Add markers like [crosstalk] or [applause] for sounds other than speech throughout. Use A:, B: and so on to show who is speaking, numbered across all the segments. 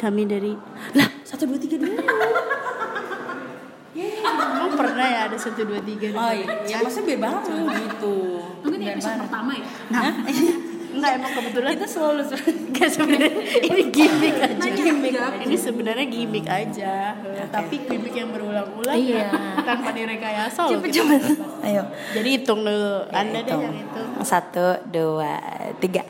A: kami dari lah satu dua tiga dulu.
B: Emang pernah ya ada satu dua tiga?
A: Oh iya, maksudnya biar bareng gitu.
C: Mungkin ini episode pertama ya.
B: Nah, enggak emang kebetulan
A: Kita
B: [laughs]
A: selalu
B: Enggak sebenarnya ini gimmick aja.
C: Nanya
B: Gimmick.
C: aja.
B: Ini sebenarnya gimmick aja. Tapi gimmick yang berulang-ulang
A: Iya.
B: [laughs] tanpa direkayasa loh. kita.
A: coba. Ayo.
B: Jadi Iya, hitung dulu. Anda deh
A: hitung.
B: yang itu.
A: Satu, dua, tiga.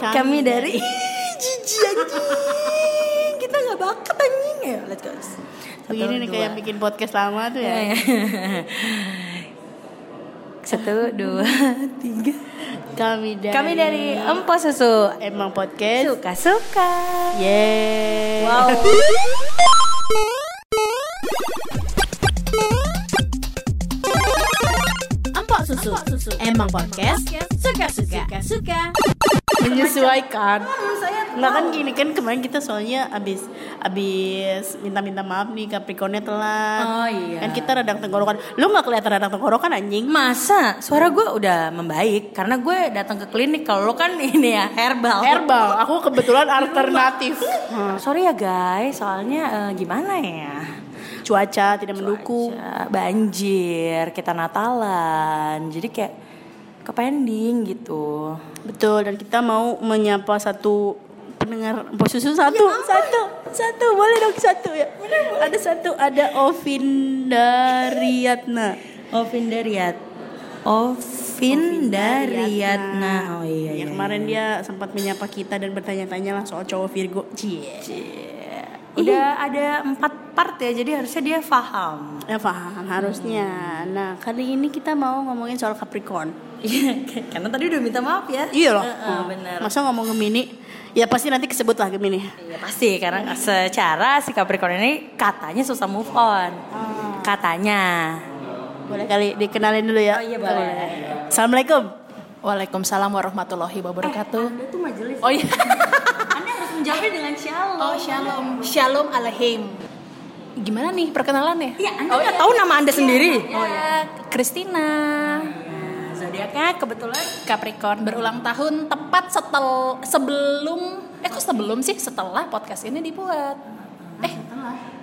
A: Kami,
B: Kami
A: dari Ih, jijik anjing. Kita nggak bakat anjing ya. Let's go. Satu,
B: Begini nih kayak
A: dua.
B: bikin podcast lama tuh ya.
A: Satu, dua, tiga.
B: Kami dari
A: Kami dari Empo Susu.
B: Emang Podcast.
A: Suka-suka.
B: Yeay.
A: Wow.
C: Empok susu. susu.
B: Emang podcast
C: Suka suka. Suka suka.
B: menyesuaikan. Nggak kan gini kan kemarin kita soalnya abis abis minta-minta maaf nih Capricornnya telat.
A: Oh, iya.
B: Kan kita radang tenggorokan. Lu nggak kelihatan radang tenggorokan anjing?
A: Masa suara gue udah membaik karena gue datang ke klinik kalau lo kan [laughs] ini ya herbal.
B: Herbal. Aku kebetulan alternatif.
A: Sorry ya guys, soalnya eh, gimana ya?
B: Cuaca tidak mendukung.
A: Cuaca, banjir, kita Natalan, jadi kayak kepending gitu.
B: Betul. Dan kita mau menyapa satu pendengar Bos Susu satu, satu, satu. Boleh dong satu ya. Ada satu ada Ovinda Riyatna.
A: Ovindariat, Ovindariatna, oh iya,
B: Ya,
A: iya.
B: kemarin dia sempat menyapa kita dan bertanya-tanya lah soal cowok Virgo. Cie.
A: Udah ada empat part ya, jadi harusnya dia paham.
B: Ya paham harusnya. Nah kali ini kita mau ngomongin soal Capricorn.
A: Iya, [laughs] karena tadi udah minta maaf ya.
B: Iya loh.
A: Heeh, bener.
B: Masa ngomong Gemini? Ya pasti nanti kesebut lah Gemini.
A: Ya pasti karena secara si Capricorn ini katanya susah move on. Oh. Katanya.
B: Boleh kali dikenalin dulu ya.
A: Oh, iya, boleh.
B: Assalamualaikum.
C: Waalaikumsalam warahmatullahi wabarakatuh.
A: Itu Eh, majelis.
C: Oh iya. [laughs]
A: Anda harus menjawabnya dengan shalom.
C: Oh shalom. Shalom alaihim. Gimana nih perkenalannya?
A: Iya, Anda nggak tahu nama Anda sendiri.
C: Oh ya, Christina.
A: Zodiaknya kebetulan
C: Capricorn berulang tahun tepat setel sebelum eh kok sebelum sih setelah podcast ini dibuat.
A: Ah,
C: Eh,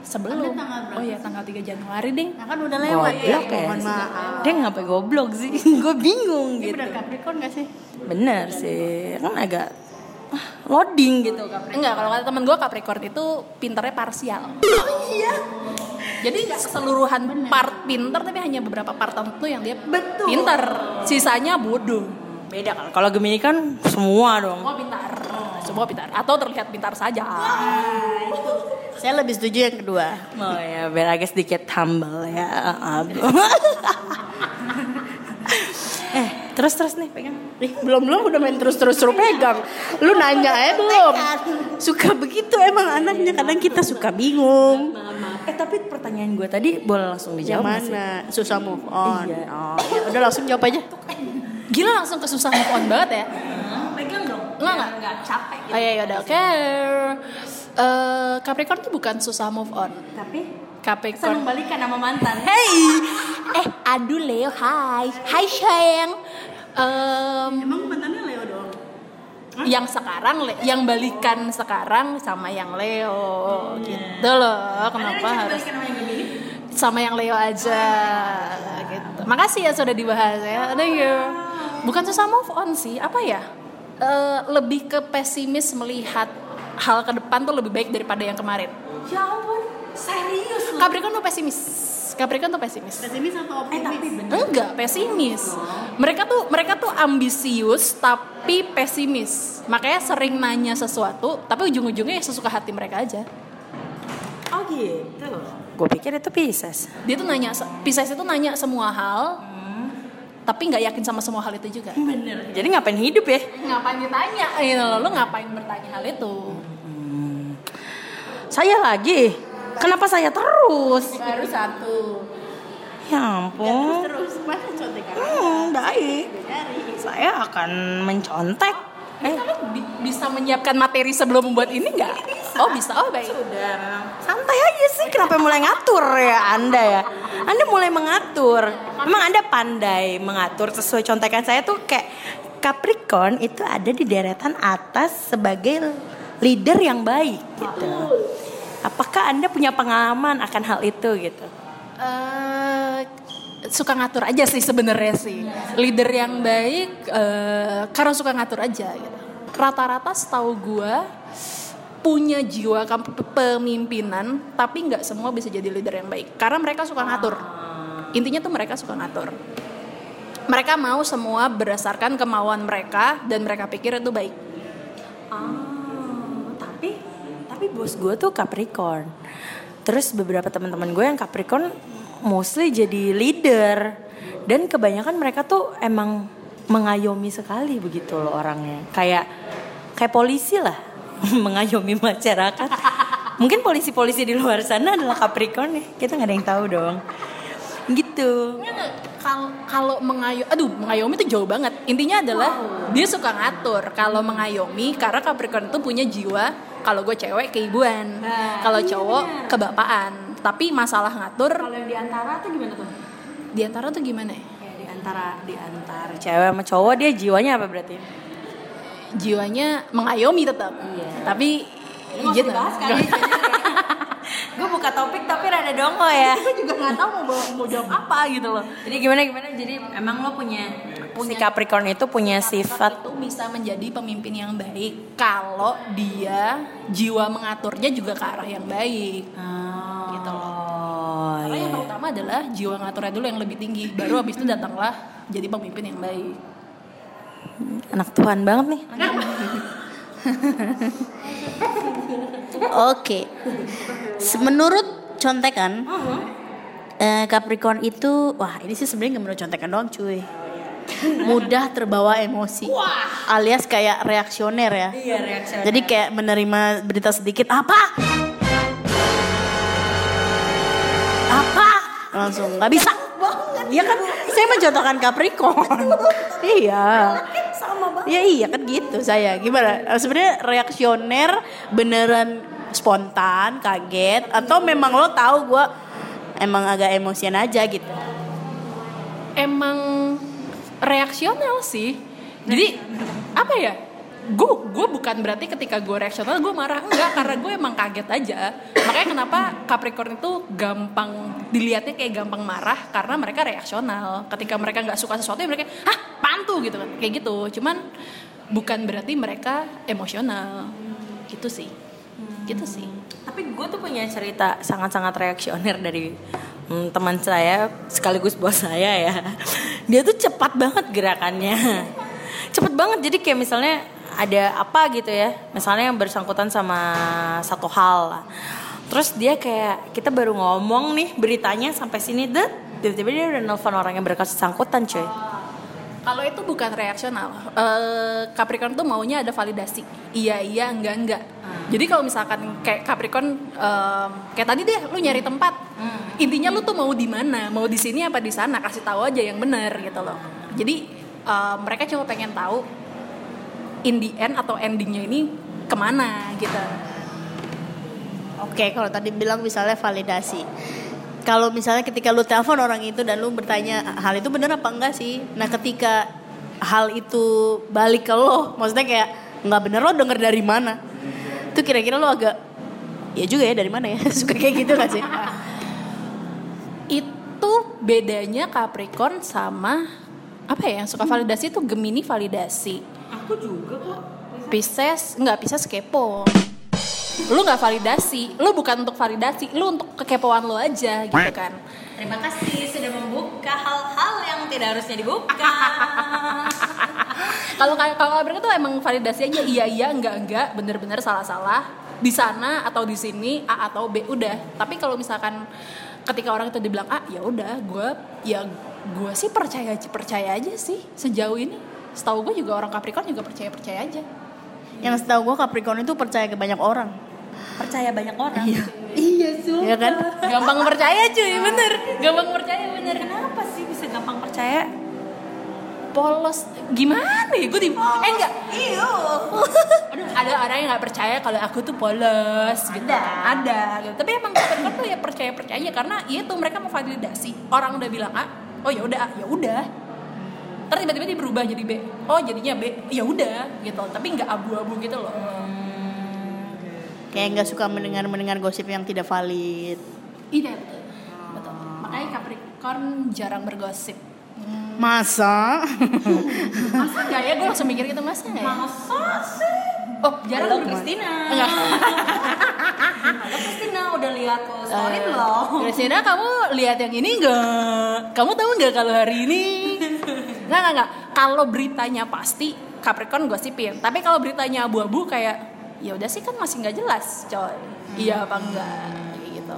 C: sebelum. Oh iya tanggal 3 Januari, Ding.
B: Nah kan udah lewat ya.
A: goblok ya.
B: Mohon maaf.
A: Dia ngapain goblok sih? [laughs] Gue bingung
B: Ini
A: gitu.
B: benar Capricorn gak sih?
A: Bener sih. Kan agak ah, loading gitu Capricorn.
C: Enggak, kalau kata temen gue Capricorn itu pinternya parsial.
A: Oh iya.
C: Jadi nggak keseluruhan part pinter tapi hanya beberapa part tertentu yang dia
A: Betul.
C: pinter. Sisanya bodoh.
A: Beda kalau kalau Gemini kan semua dong.
C: Semua pintar. Hmm, Semua pintar atau terlihat pintar saja.
B: Saya lebih setuju yang kedua.
A: Oh ya, biar agak sedikit humble ya. Ab. [laughs] eh, terus terus nih pegang.
B: Ih, belum belum udah main terus terus terus pegang. Lu nanya ya belum. Suka begitu emang anaknya kadang kita suka bingung.
A: Eh tapi pertanyaan gue tadi boleh langsung
B: Yang
A: dijawab nggak sih?
B: mana? nah, Susah move on.
A: Iya.
B: Oh, ya udah langsung jawab aja.
C: Gila langsung kesusah move on banget ya.
A: Pegang dong.
C: Enggak enggak.
A: Enggak capek.
C: Oh iya, iya, udah oke. Eh, Capricorn tuh bukan susah move on.
A: Tapi
C: Capricorn.
A: balikan sama mantan.
C: Hey. Eh, aduh Leo, hai. Hai sayang. Em,
B: Emang mantannya Leo dong.
C: yang sekarang Le- yang balikan sekarang sama yang Leo
A: Iya.
C: gitu loh kenapa harus sama yang Leo aja gitu makasih ya sudah
A: Ah.
C: dibahas ya thank you bukan susah move on sih apa ya Eh, lebih ke pesimis melihat hal ke depan tuh lebih baik daripada yang kemarin
A: Ya ampun, serius loh.
C: Capricorn tuh pesimis Capricorn tuh pesimis
B: Pesimis atau optimis?
C: enggak pesimis mereka tuh mereka tuh ambisius tapi pesimis makanya sering nanya sesuatu tapi ujung-ujungnya ya sesuka hati mereka aja
A: Oh gitu. Gue pikir itu Pisces.
C: dia tuh nanya Pisces itu nanya semua hal tapi nggak yakin sama semua hal itu juga
A: Bener. Jadi ngapain hidup ya?
C: ngapain ditanya gitu loh lo ngapain bertanya hal itu
A: Saya lagi. Kenapa saya terus?
B: Baru satu.
A: Ya ampun.
B: Terus mana contekan?
A: Hmm, baik. Saya akan mencontek. Eh,
C: Lo bi- bisa menyiapkan materi sebelum membuat ini nggak oh bisa oh baik
A: udah memang santai aja sih. Kenapa mulai ngatur ya Anda ya? Anda mulai mengatur. Memang Anda pandai mengatur sesuai contekan saya tuh kayak Capricorn itu ada di deretan atas sebagai leader yang baik gitu. Apakah Anda punya pengalaman akan hal itu gitu?
C: eh suka ngatur aja sih sebenarnya sih. Leader yang baik eh, karena suka ngatur aja gitu. Rata-rata setahu gua punya jiwa kamp- pemimpinan tapi nggak semua bisa jadi leader yang baik karena mereka suka ngatur. Intinya tuh mereka suka ngatur. Mereka mau semua berdasarkan kemauan mereka dan mereka pikir itu baik.
A: Oh, tapi tapi bos gue tuh Capricorn. Terus beberapa teman-teman gue yang Capricorn mostly jadi leader dan kebanyakan mereka tuh emang mengayomi sekali begitu loh orangnya. Kayak kayak polisi lah [laughs] mengayomi masyarakat. Mungkin polisi-polisi di luar sana adalah Capricorn ya. Kita nggak ada yang tahu dong. Gitu.
C: Kal- kalau mengayomi, aduh mengayomi itu jauh banget. Intinya adalah dia suka ngatur. Kalau mengayomi, karena Capricorn itu punya jiwa. Kalau gue cewek keibuan, kalau cowok kebapaan. Tapi masalah ngatur
A: yang di antara tuh gimana tuh?
C: di antara tuh gimana ya?
A: di antara di antara cewek sama cowok dia jiwanya apa berarti?
C: Jiwanya mengayomi tetap. Tapi
A: Ini gitu.
C: gitu.
A: dibahas kali Gue buka topik tapi rada dongo ya
C: Gue juga nggak tahu mau bawa- mau jawab apa gitu loh.
A: Jadi gimana gimana jadi emang lo punya punya si Capricorn itu punya sifat
C: itu bisa menjadi pemimpin yang baik kalau dia jiwa mengaturnya juga ke arah yang baik.
A: gitu loh
C: Karena yang pertama adalah jiwa ngaturnya dulu yang lebih tinggi, baru habis itu datanglah jadi pemimpin yang baik.
A: Anak Tuhan banget nih
B: Oke. Se- Menurut contekan, eh, Capricorn itu, wah ini sih sebenarnya nggak menurut contekan doang, cuy. Mudah terbawa emosi, alias kayak reaksioner ya.
A: Iya reaksi
B: Jadi kayak menerima berita sedikit apa? Apa? Langsung nggak bisa. Iya kan, saya mencontohkan Capricorn. iya.
A: sama banget
B: Ya iya kan gitu saya. Gimana? Eh, Sebenarnya reaksioner beneran spontan, kaget atau memang lo tahu gua emang agak emosian aja gitu.
C: Emang reaksional sih. Jadi apa ya? Gue gue bukan berarti ketika gue reaksional gue marah enggak karena gue emang kaget aja. Makanya kenapa Capricorn itu gampang dilihatnya kayak gampang marah karena mereka reaksional. Ketika mereka nggak suka sesuatu ya mereka hah pantu gitu kan kayak gitu. Cuman bukan berarti mereka emosional. Gitu sih. Gitu sih.
A: Tapi gue tuh punya cerita sangat-sangat reaksioner dari mm, teman saya sekaligus bos saya ya. [laughs] Dia tuh cepat banget gerakannya. [laughs] Cepat banget jadi kayak misalnya ada apa gitu ya. Misalnya yang bersangkutan sama satu hal. Terus dia kayak kita baru ngomong nih beritanya sampai sini deh. Tiba-tiba dia udah nelfon orang yang bersangkutan cuy.
C: Kalau itu bukan reaksional. Eh, Capricorn tuh maunya ada validasi. Iya, iya, enggak, enggak. Jadi kalau misalkan kayak Capricorn em, kayak tadi deh lu nyari tempat. Intinya lu tuh mau di mana? Mau di sini apa di sana? Kasih tahu aja yang benar gitu loh. Jadi eh, mereka cuma pengen tahu in the end atau endingnya ini kemana gitu.
B: Oke, kalau tadi bilang misalnya validasi. Kalau misalnya ketika lu telepon orang itu dan lu bertanya hal itu bener apa enggak sih? Nah, ketika hal itu balik ke lo, maksudnya kayak nggak bener lo denger dari mana? Itu kira-kira lo agak ya juga ya dari mana ya? [laughs] Suka kayak gitu gak sih?
C: Itu bedanya Capricorn sama apa ya yang suka validasi itu Gemini validasi.
A: Aku juga kok.
C: Pisces nggak Pisces kepo lu nggak validasi lu bukan untuk validasi lu untuk kekepoan lu aja gitu kan
A: Terima kasih sudah membuka hal-hal yang tidak harusnya dibuka.
C: kalau kayak kalau mereka tuh emang validasi aja iya iya enggak enggak bener-bener salah-salah di sana atau di sini A atau B udah tapi kalau misalkan ketika orang itu dibilang A ya udah gue ya gue sih percaya percaya aja sih sejauh ini setahu gue juga orang Capricorn juga percaya percaya aja
B: Yang setahu gue Capricorn itu percaya ke banyak orang.
A: Percaya banyak orang.
C: iya
B: Iya kan?
C: gampang percaya cuy bener gampang percaya bener
A: Kenapa sih bisa gampang percaya?
C: polos gimana ya gue di eh enggak
A: Iyo.
C: [laughs] aduh ada orang yang nggak percaya kalau aku tuh polos gitu ada gitu. tapi emang Capricorn tuh ya percaya percaya karena ya itu mereka mau validasi orang udah bilang ah oh ya udah ah, ya udah terus tiba-tiba dia berubah jadi B oh jadinya B ya udah gitu tapi nggak abu-abu gitu loh
B: kayak nggak suka mendengar mendengar gosip yang tidak valid
C: Iya betul. Betul. Makanya Capricorn jarang bergosip.
B: masa [laughs]
C: Masa nggak ya? Gue langsung mikir gitu masa nggak ya?
A: Masa sih?
C: Oh jarang Iya.
A: Halo
C: bergosip.
A: Christina.
C: Enggak.
A: Halo Christina udah lihat story belum?
C: Christina kamu lihat yang ini nggak? Kamu tahu nggak kalau hari ini? Nggak nggak nggak. Kalau beritanya pasti Capricorn gosipin. Tapi kalau beritanya abu-abu kayak ya udah sih kan masih nggak jelas coy. Iya apa
A: Hmm.
C: enggak? Kayak gitu.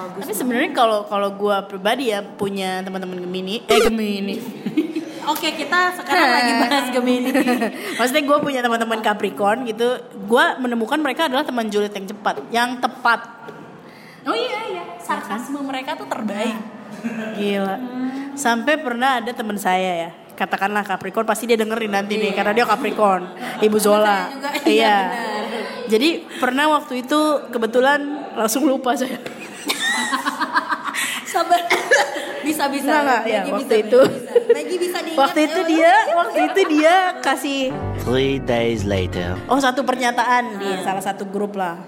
B: tapi sebenarnya kalau kalau gue pribadi ya punya teman-teman gemini eh gemini
A: Oke kita
C: Nah.
A: sekarang [laughs] lagi bahas Gemini.
B: [laughs] maksudnya gue punya teman-teman Capricorn gitu gue menemukan mereka adalah teman julid yang cepat yang tepat
C: Oh iya iya. Sarkasme
A: Hmm.
C: mereka tuh terbaik.
A: Nah.
B: gila sampai pernah ada teman saya ya katakanlah Capricorn pasti dia dengerin nanti nih karena dia Capricorn ibu Zola
A: Iya. juga, [laughs] iya,
B: iya jadi pernah waktu itu kebetulan langsung lupa saya
C: [laughs]
A: Sabar. Bisa bisa.
B: Enggak, enggak, ya,
A: Maggie
B: waktu
A: bisa,
B: itu.
A: Maggie bisa. Maggie bisa diingat.
B: waktu itu dia waktu itu dia kasih
D: Three days later.
B: Oh satu pernyataan di
A: Hmm.
B: salah satu grup lah.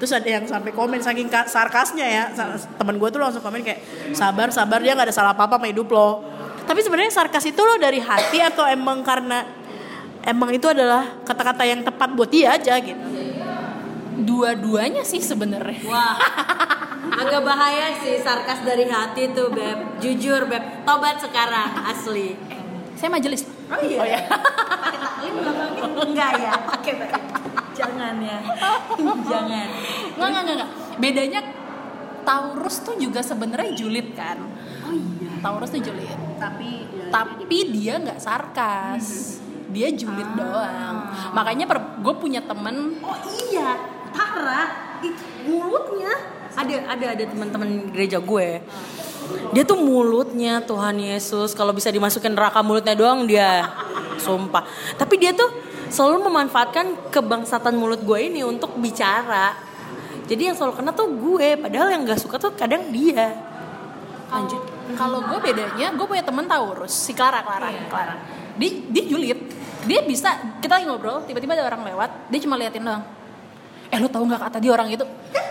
B: Terus ada yang sampai komen saking ka- sarkasnya ya. sa- Temen gue tuh langsung komen kayak sabar sabar dia nggak ada salah apa apa sama hidup lo. Tapi sebenarnya sarkas itu lo dari hati atau emang karena emang itu adalah kata-kata yang tepat buat dia aja gitu.
C: Dua-duanya sih sebenarnya.
A: Wah. Agak bahaya sih sarkas dari hati tuh beb. Jujur beb. Tobat sekarang asli.
C: Saya majelis.
A: Oh iya. Pakai taklim belakangnya enggak [laughs] ya? Pakai pakai. Jangan ya. [laughs] Jangan.
C: Nggak, nggak, nggak, nggak. Bedanya Taurus tuh juga sebenarnya julid kan. Oh iya. Taurus tuh julid, tapi ya, Hmm. tapi dia nggak sarkas. Dia julid doang. Makanya gue punya temen
A: Oh iya, Tara, Ih, mulutnya ada ada ada teman-teman gereja gue. Dia tuh mulutnya Tuhan Yesus kalau bisa dimasukin neraka mulutnya doang dia. Sumpah. Tapi dia tuh selalu memanfaatkan kebangsatan mulut gue ini untuk bicara. Jadi yang selalu kena tuh gue, padahal yang gak suka tuh kadang dia.
C: lanjut. Kalau gue bedanya, gue punya temen Taurus, si Clara, Clara, Clara. Dia, dia julid. Dia bisa, kita lagi ngobrol, tiba-tiba ada orang lewat, dia cuma liatin doang. Eh lu tahu nggak kata dia orang itu?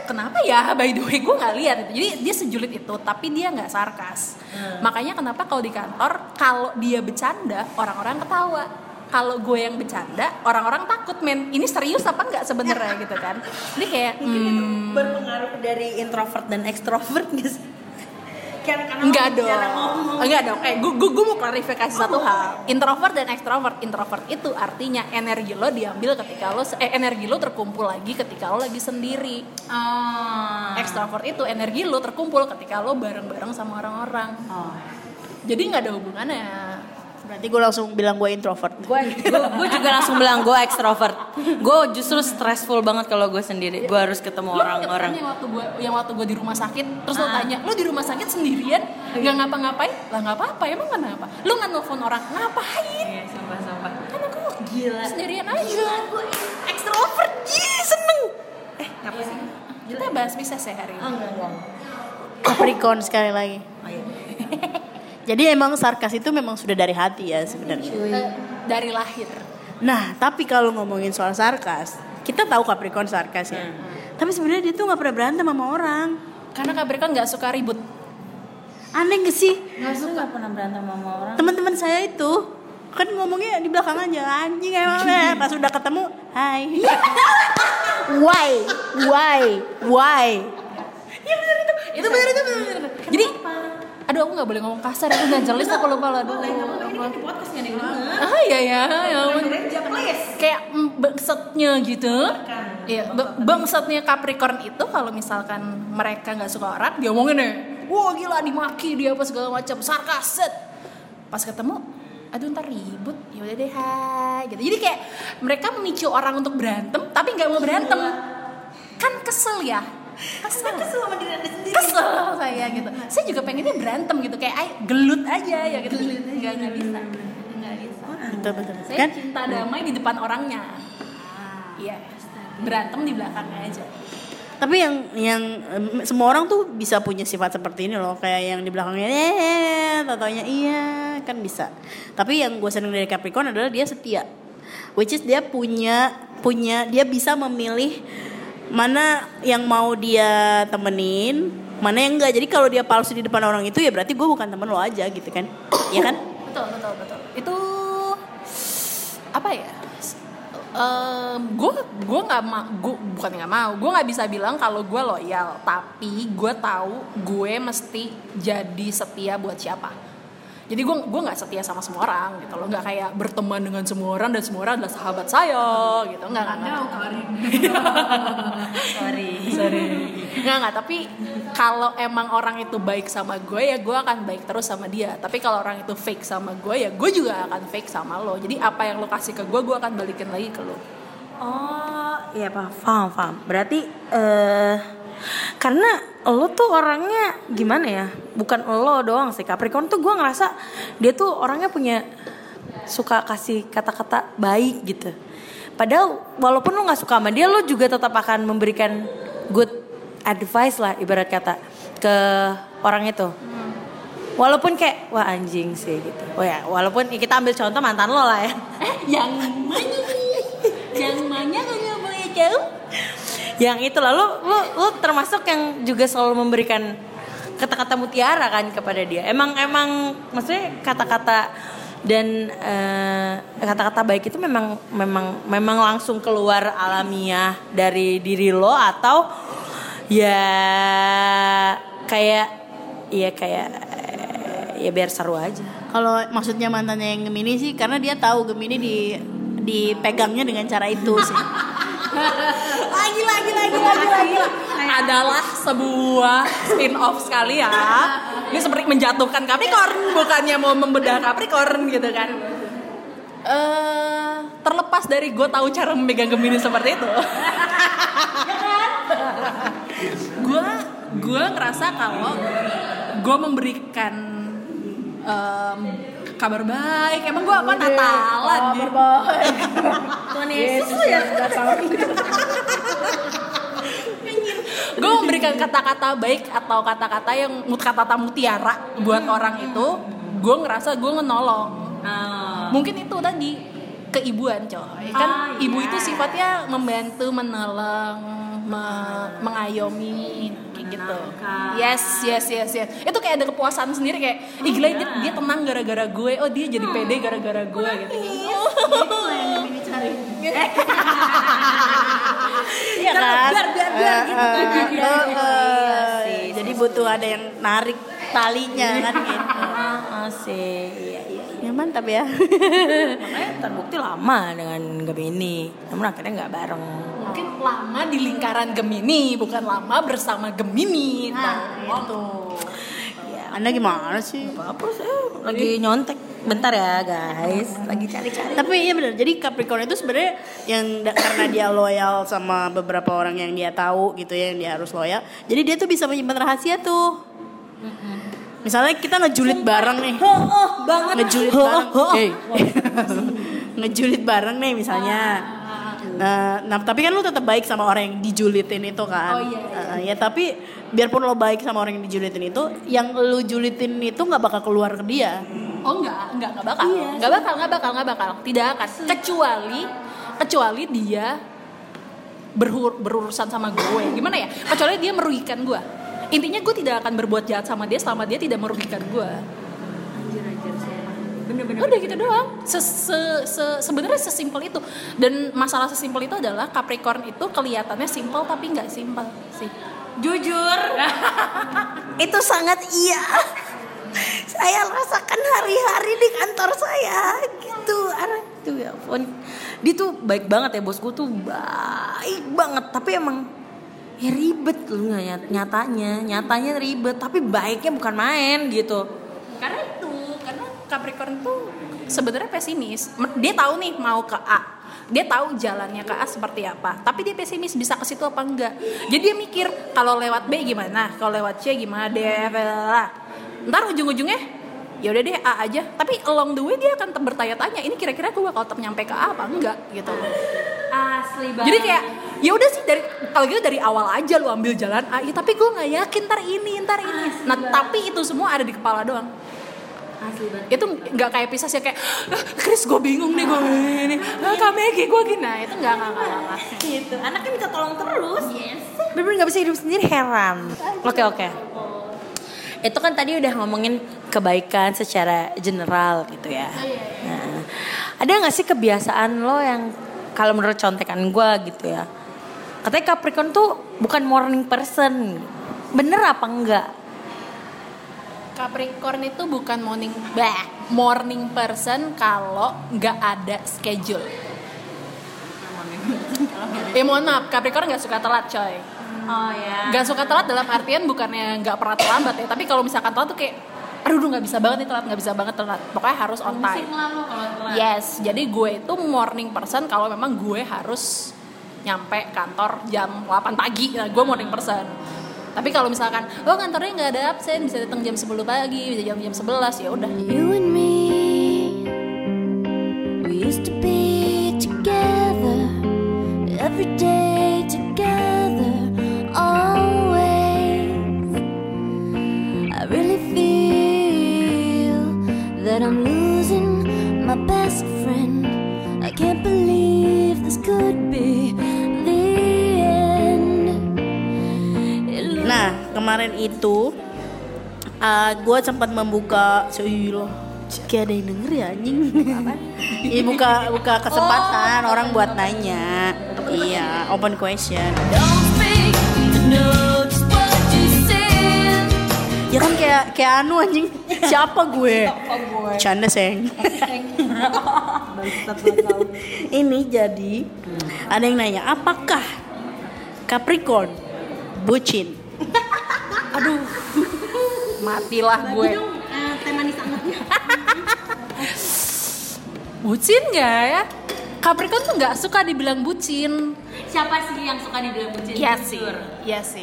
C: Kenapa ya? By the way, gue nggak lihat itu. Jadi dia sejulit itu, tapi dia nggak sarkas. Makanya kenapa kalau di kantor, kalau dia bercanda, orang-orang ketawa. Kalau gue yang bercanda, orang-orang takut men. Ini serius apa nggak sebenarnya gitu kan? Jadi kayak, hmm,
A: Berpengaruh dari introvert dan ekstrovert gak sih? Karena
C: Enggak dong. Enggak dong. Eh, gue gue mau klarifikasi satu hal. Introvert dan ekstrovert. Introvert itu artinya energi lo diambil ketika lo eh energi lo terkumpul lagi ketika lo lagi sendiri. Ekstrovert itu energi lo terkumpul ketika lo bareng-bareng sama orang-orang. Jadi nggak ada hubungannya.
B: Berarti gue langsung bilang gue introvert.
A: gue gue juga langsung bilang gue ekstrovert gue justru stressful banget kalau gue sendiri gue harus ketemu
C: Lo inget kan
A: orang-orang Ah.
C: yang waktu gue yang waktu gue di rumah sakit terus lo tanya lo di rumah sakit sendirian
A: Iya.
C: nggak ngapa-ngapain lah nggak apa-apa emang kenapa lo nggak nelfon orang ngapain
A: Iya,
C: kan aku
A: gila
C: sendirian aja
A: gue ekstrovert Ih, seneng eh apa sih
C: Iya.
A: Ah,
C: kita bahas bisa sehari ini.
A: enggak enggak
B: Capricorn sekali lagi.
A: Oh, iya.
B: [laughs] Jadi emang sarkas itu memang sudah dari hati ya sebenarnya.
C: Eh, dari lahir
B: Nah, tapi kalau ngomongin soal sarkas, kita tahu Capricorn sarkas ya.
A: Hmm.
B: Tapi sebenarnya dia tuh nggak pernah berantem sama orang.
C: karena Capricorn nggak suka ribut
B: Aneh gak sih?
A: nggak suka pernah berantem sama orang
B: Teman-teman saya itu kan ngomongnya di belakang aja anjing emang deh. pas udah ketemu
A: [laughs]
B: hai why why why
C: itu benar itu benar benar. jadi aduh aku nggak boleh ngomong kasar aku nggak jelas aku lupa lah aduh
A: kan di podcast nggak ada yang denger.
C: ah ya ya ya ampun.
A: gereja please
C: kayak mm, bangsetnya gitu Iya, ba- bangsetnya Capricorn itu kalau misalkan mereka nggak suka orang diomongin ya wah gila dimaki dia apa segala macam sarkas set pas ketemu aduh ntar ribut yaudah deh hai gitu jadi kayak mereka memicu orang untuk berantem tapi nggak mau berantem
A: Iya.
C: kan kesel ya kesel
A: kesel sama diri anda sendiri
C: kesel sama saya gitu saya juga pengennya berantem gitu kayak ay, gelut aja ya gitu nggak nggak bisa nggak bisa
B: betul betul
C: saya
B: kan
C: cinta damai di depan orangnya. Iya. Berantem di belakang aja.
B: tapi yang yang em, semua orang tuh bisa punya sifat seperti ini loh kayak yang di belakangnya eh tatonya iya kan bisa tapi yang gue seneng dari Capricorn adalah dia setia which is dia punya punya dia bisa memilih mana yang mau dia temenin, mana yang enggak. Jadi kalau dia palsu di depan orang itu ya berarti gue bukan temen lo aja gitu kan. Iya kan?
C: betul betul betul itu apa ya gue gue nggak mau gue bukan nggak mau gue nggak bisa bilang kalau gue loyal tapi gue tahu gue mesti jadi setia buat siapa jadi gue gue nggak setia sama semua orang gitu loh nggak kayak berteman dengan semua orang dan semua orang adalah sahabat saya gitu nggak nggak nggak.
A: Sorry.
C: Nggak, nggak, tapi kalau emang orang itu baik sama gue ya gue akan baik terus sama dia. Tapi kalau orang itu fake sama gue ya gue juga akan fake sama lo. Jadi apa yang lo kasih ke gue, gue akan balikin lagi ke lo.
A: Oh, iya paham, paham, paham. Berarti eh karena lo tuh orangnya gimana ya? Bukan lo doang sih Capricorn tuh gue ngerasa dia tuh orangnya punya suka kasih kata-kata baik gitu. Padahal walaupun lo nggak suka sama dia, lo juga tetap akan memberikan good advice lah ibarat kata ke orang itu. Walaupun kayak wah anjing sih gitu. Oh ya, walaupun ya, kita ambil contoh mantan lo lah ya.
C: Yang mana? Yang mana gak boleh jauh?
A: yang itu lah lu, lu lu termasuk yang juga selalu memberikan kata-kata mutiara kan kepada dia emang emang maksudnya kata-kata dan eh, kata-kata baik itu memang memang memang langsung keluar alamiah dari diri lo atau ya kayak ya kayak eh, ya biar seru aja
B: Kalau maksudnya mantannya yang Gemini sih karena dia tahu Gemini di dipegangnya dengan cara itu sih.
A: [laughs] lagi lagi lagi lagi lagi
C: Adalah sebuah spin off sekali ya. Ini seperti menjatuhkan Capricorn, bukannya mau membedah Capricorn gitu kan. eh terlepas dari gue tahu cara memegang gemini seperti itu. gue gue ngerasa kalau gue memberikan em, kabar baik emang gue apa Natalan ya? [laughs]
A: Tuhan oh, Yesus lu ya
C: gue memberikan kata-kata baik atau kata-kata yang mut kata-kata mutiara buat orang itu gue ngerasa gue menolong mungkin itu tadi keibuan coy kan
A: Ah,
C: ibu
A: iya.
C: itu sifatnya membantu menolong me- mengayomi kayak gitu
A: Menenangkan.
C: yes yes yes yes itu kayak ada kepuasan sendiri kayak ih gila dia, dia tenang gara-gara gue oh dia jadi pede
A: Hmm.
C: gara-gara gue gitu
B: Iya kan?
A: biar, biar, biar, gitu.
B: Eh, eh,
A: Biar,
B: eh,
A: gitu. Iya sih,
B: eh. Jadi butuh ada yang narik talinya kan
A: [laughs]
B: gitu.
A: Ah, ah, sih iya iya
B: Ya mantap ya. [laughs]
A: Makanya terbukti lama dengan Gemini. Namun akhirnya nggak bareng.
C: [laughs] mungkin lama di lingkaran Gemini bukan lama bersama Gemini
A: Nah.
C: gitu.
B: Anda gimana sih?
A: Apa sih? Lagi nyontek. Bentar ya guys. Lagi cari-cari.
B: Tapi iya benar. Jadi Capricorn itu sebenarnya yang da- karena dia loyal sama beberapa orang yang dia tahu gitu ya, yang dia harus loyal. Jadi dia tuh bisa menyimpan rahasia tuh. Misalnya kita ngejulit bareng nih.
A: Oh banget.
B: ngejulit
A: Ho,
B: bareng
A: ho.
B: Hey. [laughs] ngejulit bareng nih misalnya
A: Ah,
B: Nah, nah, tapi kan lu tetap baik sama orang yang dijulitin itu kan.
C: Oh, iya, iya.
B: Uh, ya tapi biarpun lo baik sama orang yang dijulitin itu, yang lu julitin itu nggak bakal keluar ke dia.
C: Oh enggak, enggak, enggak bakal. enggak bakal, enggak bakal, enggak bakal. Tidak akan. Kecuali kecuali dia berhur- berurusan sama gue. Gimana ya? Kecuali dia merugikan gue. Intinya gue tidak akan berbuat jahat sama dia selama dia tidak merugikan gue. Bener-bener. Udah gitu doang. Se -se -se Sebenarnya sesimpel itu. Dan masalah sesimpel itu adalah Capricorn itu kelihatannya simpel tapi nggak simpel sih.
A: Jujur. itu sangat iya. Saya rasakan hari-hari di kantor saya gitu. Orang itu ya ampun. Dia tuh baik banget ya bosku tuh baik banget. Tapi emang ya ribet lu nggak nyat- nyatanya nyatanya ribet tapi baiknya bukan main gitu
C: karena itu karena Capricorn tuh sebenarnya pesimis Me- dia tahu nih mau ke A dia tahu jalannya ke A seperti apa tapi dia pesimis bisa ke situ apa enggak jadi dia mikir kalau lewat B gimana kalau lewat C gimana D F, lah. ntar ujung-ujungnya ya udah deh A aja tapi along the way dia akan ter- bertanya-tanya ini kira-kira gue bakal ter- nyampe ke A apa enggak gitu
A: asli
C: jadi kayak ya udah sih dari kalau gitu dari awal aja lu ambil jalan A ya tapi gue nggak yakin ntar ini ntar ini nah tapi itu semua ada di kepala doang itu nggak kayak Pisces ya kayak "Ah, Chris gue bingung nih gue ini ah, Kak Megi gue gini nah itu nggak nggak nggak, nggak, nggak.
A: gitu anaknya minta tolong terus yes. bener-bener nggak bisa hidup sendiri heran oke oke itu kan tadi udah ngomongin kebaikan secara general gitu ya nah, ada nggak sih kebiasaan lo yang kalau menurut contekan gue gitu ya katanya Capricorn tuh bukan morning person bener apa enggak
C: Capricorn itu bukan morning bah, morning person kalau nggak ada schedule. Eh mohon maaf, Capricorn nggak suka telat coy.
A: oh ya
C: Nggak suka telat dalam artian bukannya nggak pernah terlambat ya, tapi kalau misalkan telat tuh kayak aduh duh, nggak bisa banget nih telat, nggak bisa banget telat. Pokoknya harus on time. Yes, jadi gue itu morning person kalau memang gue harus nyampe kantor jam 8 pagi. Nah, gue morning person. Tapi kalau misalkan, oh kantornya nggak ada absen, bisa datang jam 10 pagi, bisa jam jam 11, ya udah.
E: You and me, we used to be together every day, together, always. I really feel that I'm losing my best friend. I can't believe this could be the end. It looks
B: Nah, kemarin itu gue sempat membuka cuy loh. Kayak ada yang denger ya anjing. [laughs] Iya buka buka kesempatan
E: Oh.
B: orang buat nanya. iya, open question.
E: don't speak to know just what you said.
B: Ya kan kayak kayak anu anjing. Siapa gue? Canda seng. Ini jadi ada yang nanya apakah Capricorn bucin?
C: Matilah gue.
A: eh,
C: [laughs] bucin nggak ya? Capricorn tuh nggak suka dibilang bucin.
A: siapa sih yang suka dibilang bucin
C: Iya sih.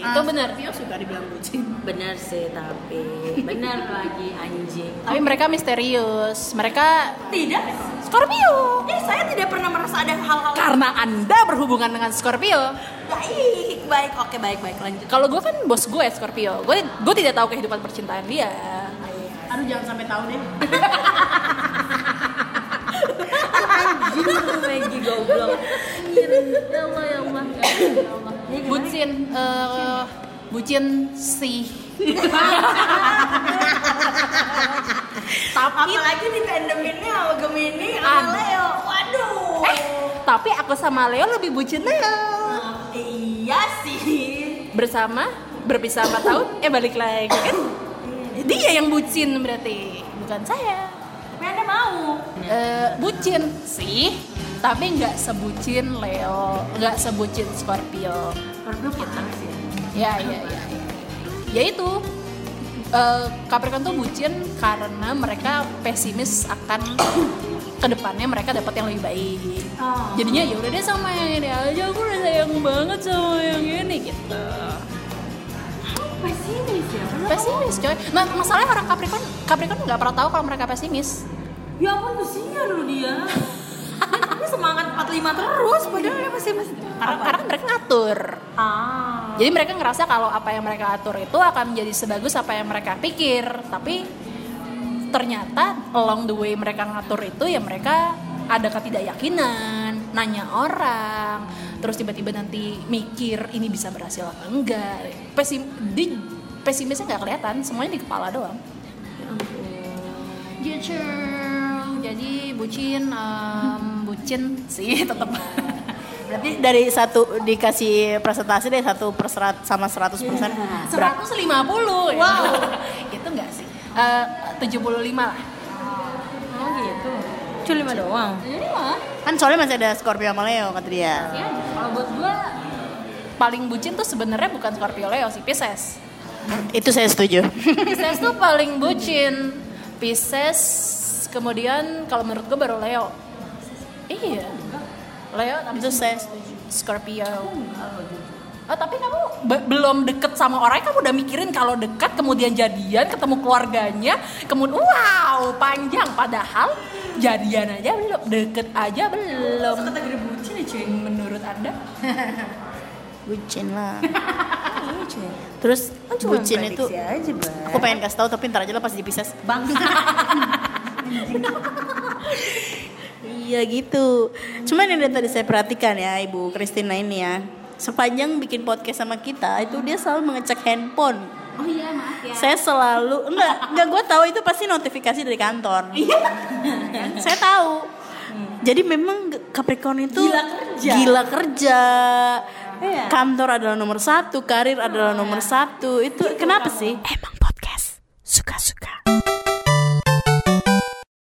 C: Itu bener.
B: Ah, suka dibilang bucin.
A: bener sih tapi bener lagi anjing
C: Tapi mereka misterius. Mereka
A: tidak
C: Scorpio.
A: eh saya tidak pernah merasa ada hal-hal
C: Karena Anda berhubungan dengan Scorpio.
A: baik baik oke baik baik lanjut
C: Kalau gue kan bos gue Scorpio. Gue gue tidak tahu kehidupan percintaan dia.
A: Iya.
B: Aduh jangan sampai tahu deh.
A: Megi goblok ya Allah ya Allah
C: Bucin eh, bucin sih. tapi
A: apalagi ditandeminnya sama Gemini
C: Ad-
A: Leo waduh
C: eh tapi aku sama Leo lebih bucin Leo.
A: iya sih
C: bersama berpisah 4 tahun eh balik lagi kan
A: Iya.
C: dia yang bucin berarti bukan saya
A: tapi anda mau
C: Eh, bucin sih tapi nggak sebucin Leo nggak sebucin Scorpio
A: Scorpio panas ya
C: ya ya ya ya itu eh, Capricorn tuh bucin karena mereka pesimis akan kedepannya mereka dapat yang lebih baik
A: Oh.
C: jadinya ya udah deh sama yang ini aja aku udah sayang banget sama yang ini gitu
A: pesimis ya bener.
C: pesimis coy nah masalahnya orang Capricorn Capricorn nggak pernah tahu kalau mereka pesimis
A: ya ampun kesian lu dia [laughs] Dia semangat 45 terus padahal dia pesimis
C: karena, karena mereka ngatur
A: ah
C: jadi mereka ngerasa kalau apa yang mereka atur itu akan menjadi sebagus apa yang mereka pikir tapi ternyata along the way mereka ngatur itu ya mereka ada ketidakyakinan nanya orang terus tiba-tiba nanti mikir ini bisa berhasil apa enggak pesim di pesimisnya nggak kelihatan semuanya di kepala doang Ya Gitu. jadi bucin em, bucin sih tetap Iya.
B: Berarti dari satu dikasih presentasi deh satu per serat, sama 100% persen.
C: 150 ya. [laughs] itu enggak sih. Eh, 75 lah.
A: oh gitu cuma lima doang
B: Kan soalnya masih ada Scorpio sama Leo kata dia.
C: Ya, kalau buat gua paling bucin tuh sebenarnya bukan Scorpio Leo sih, Pisces.
B: Itu saya setuju.
C: Pisces tuh paling bucin. Pisces kemudian kalau menurut gua baru Leo. Iya. Leo tapi
B: Itu saya setuju.
C: Scorpio. Oh, tapi kamu be- belum deket sama orangnya, kamu udah mikirin kalau dekat, kemudian jadian, ketemu keluarganya, kemudian wow panjang. Padahal jadian aja belum, deket aja belum. Kategori bucin ya cuy. Menurut anda?
B: Bucin lah.
A: ini cuy.
B: Terus
A: Kan cuma
B: bucin itu
A: prediksi aja, Bang.
B: aku pengen kasih tahu tapi ntar aja lah pas dipisah.
A: Bang.
B: [laughs] Iya gitu. Cuman yang dari tadi saya perhatikan ya Ibu Kristina ini ya. Sepanjang bikin podcast sama kita itu dia selalu mengecek handphone.
C: Oh iya maaf ya.
B: Saya selalu enggak enggak gue tahu itu pasti notifikasi dari kantor. kan? saya tahu. Jadi memang Capricorn itu
C: Hmm. Gila kerja. Iya.
B: Gila kerja. Kantor
C: Iya,
B: adalah nomor satu, karir adalah nomor satu. Itu kenapa sih? Emang podcast suka-suka.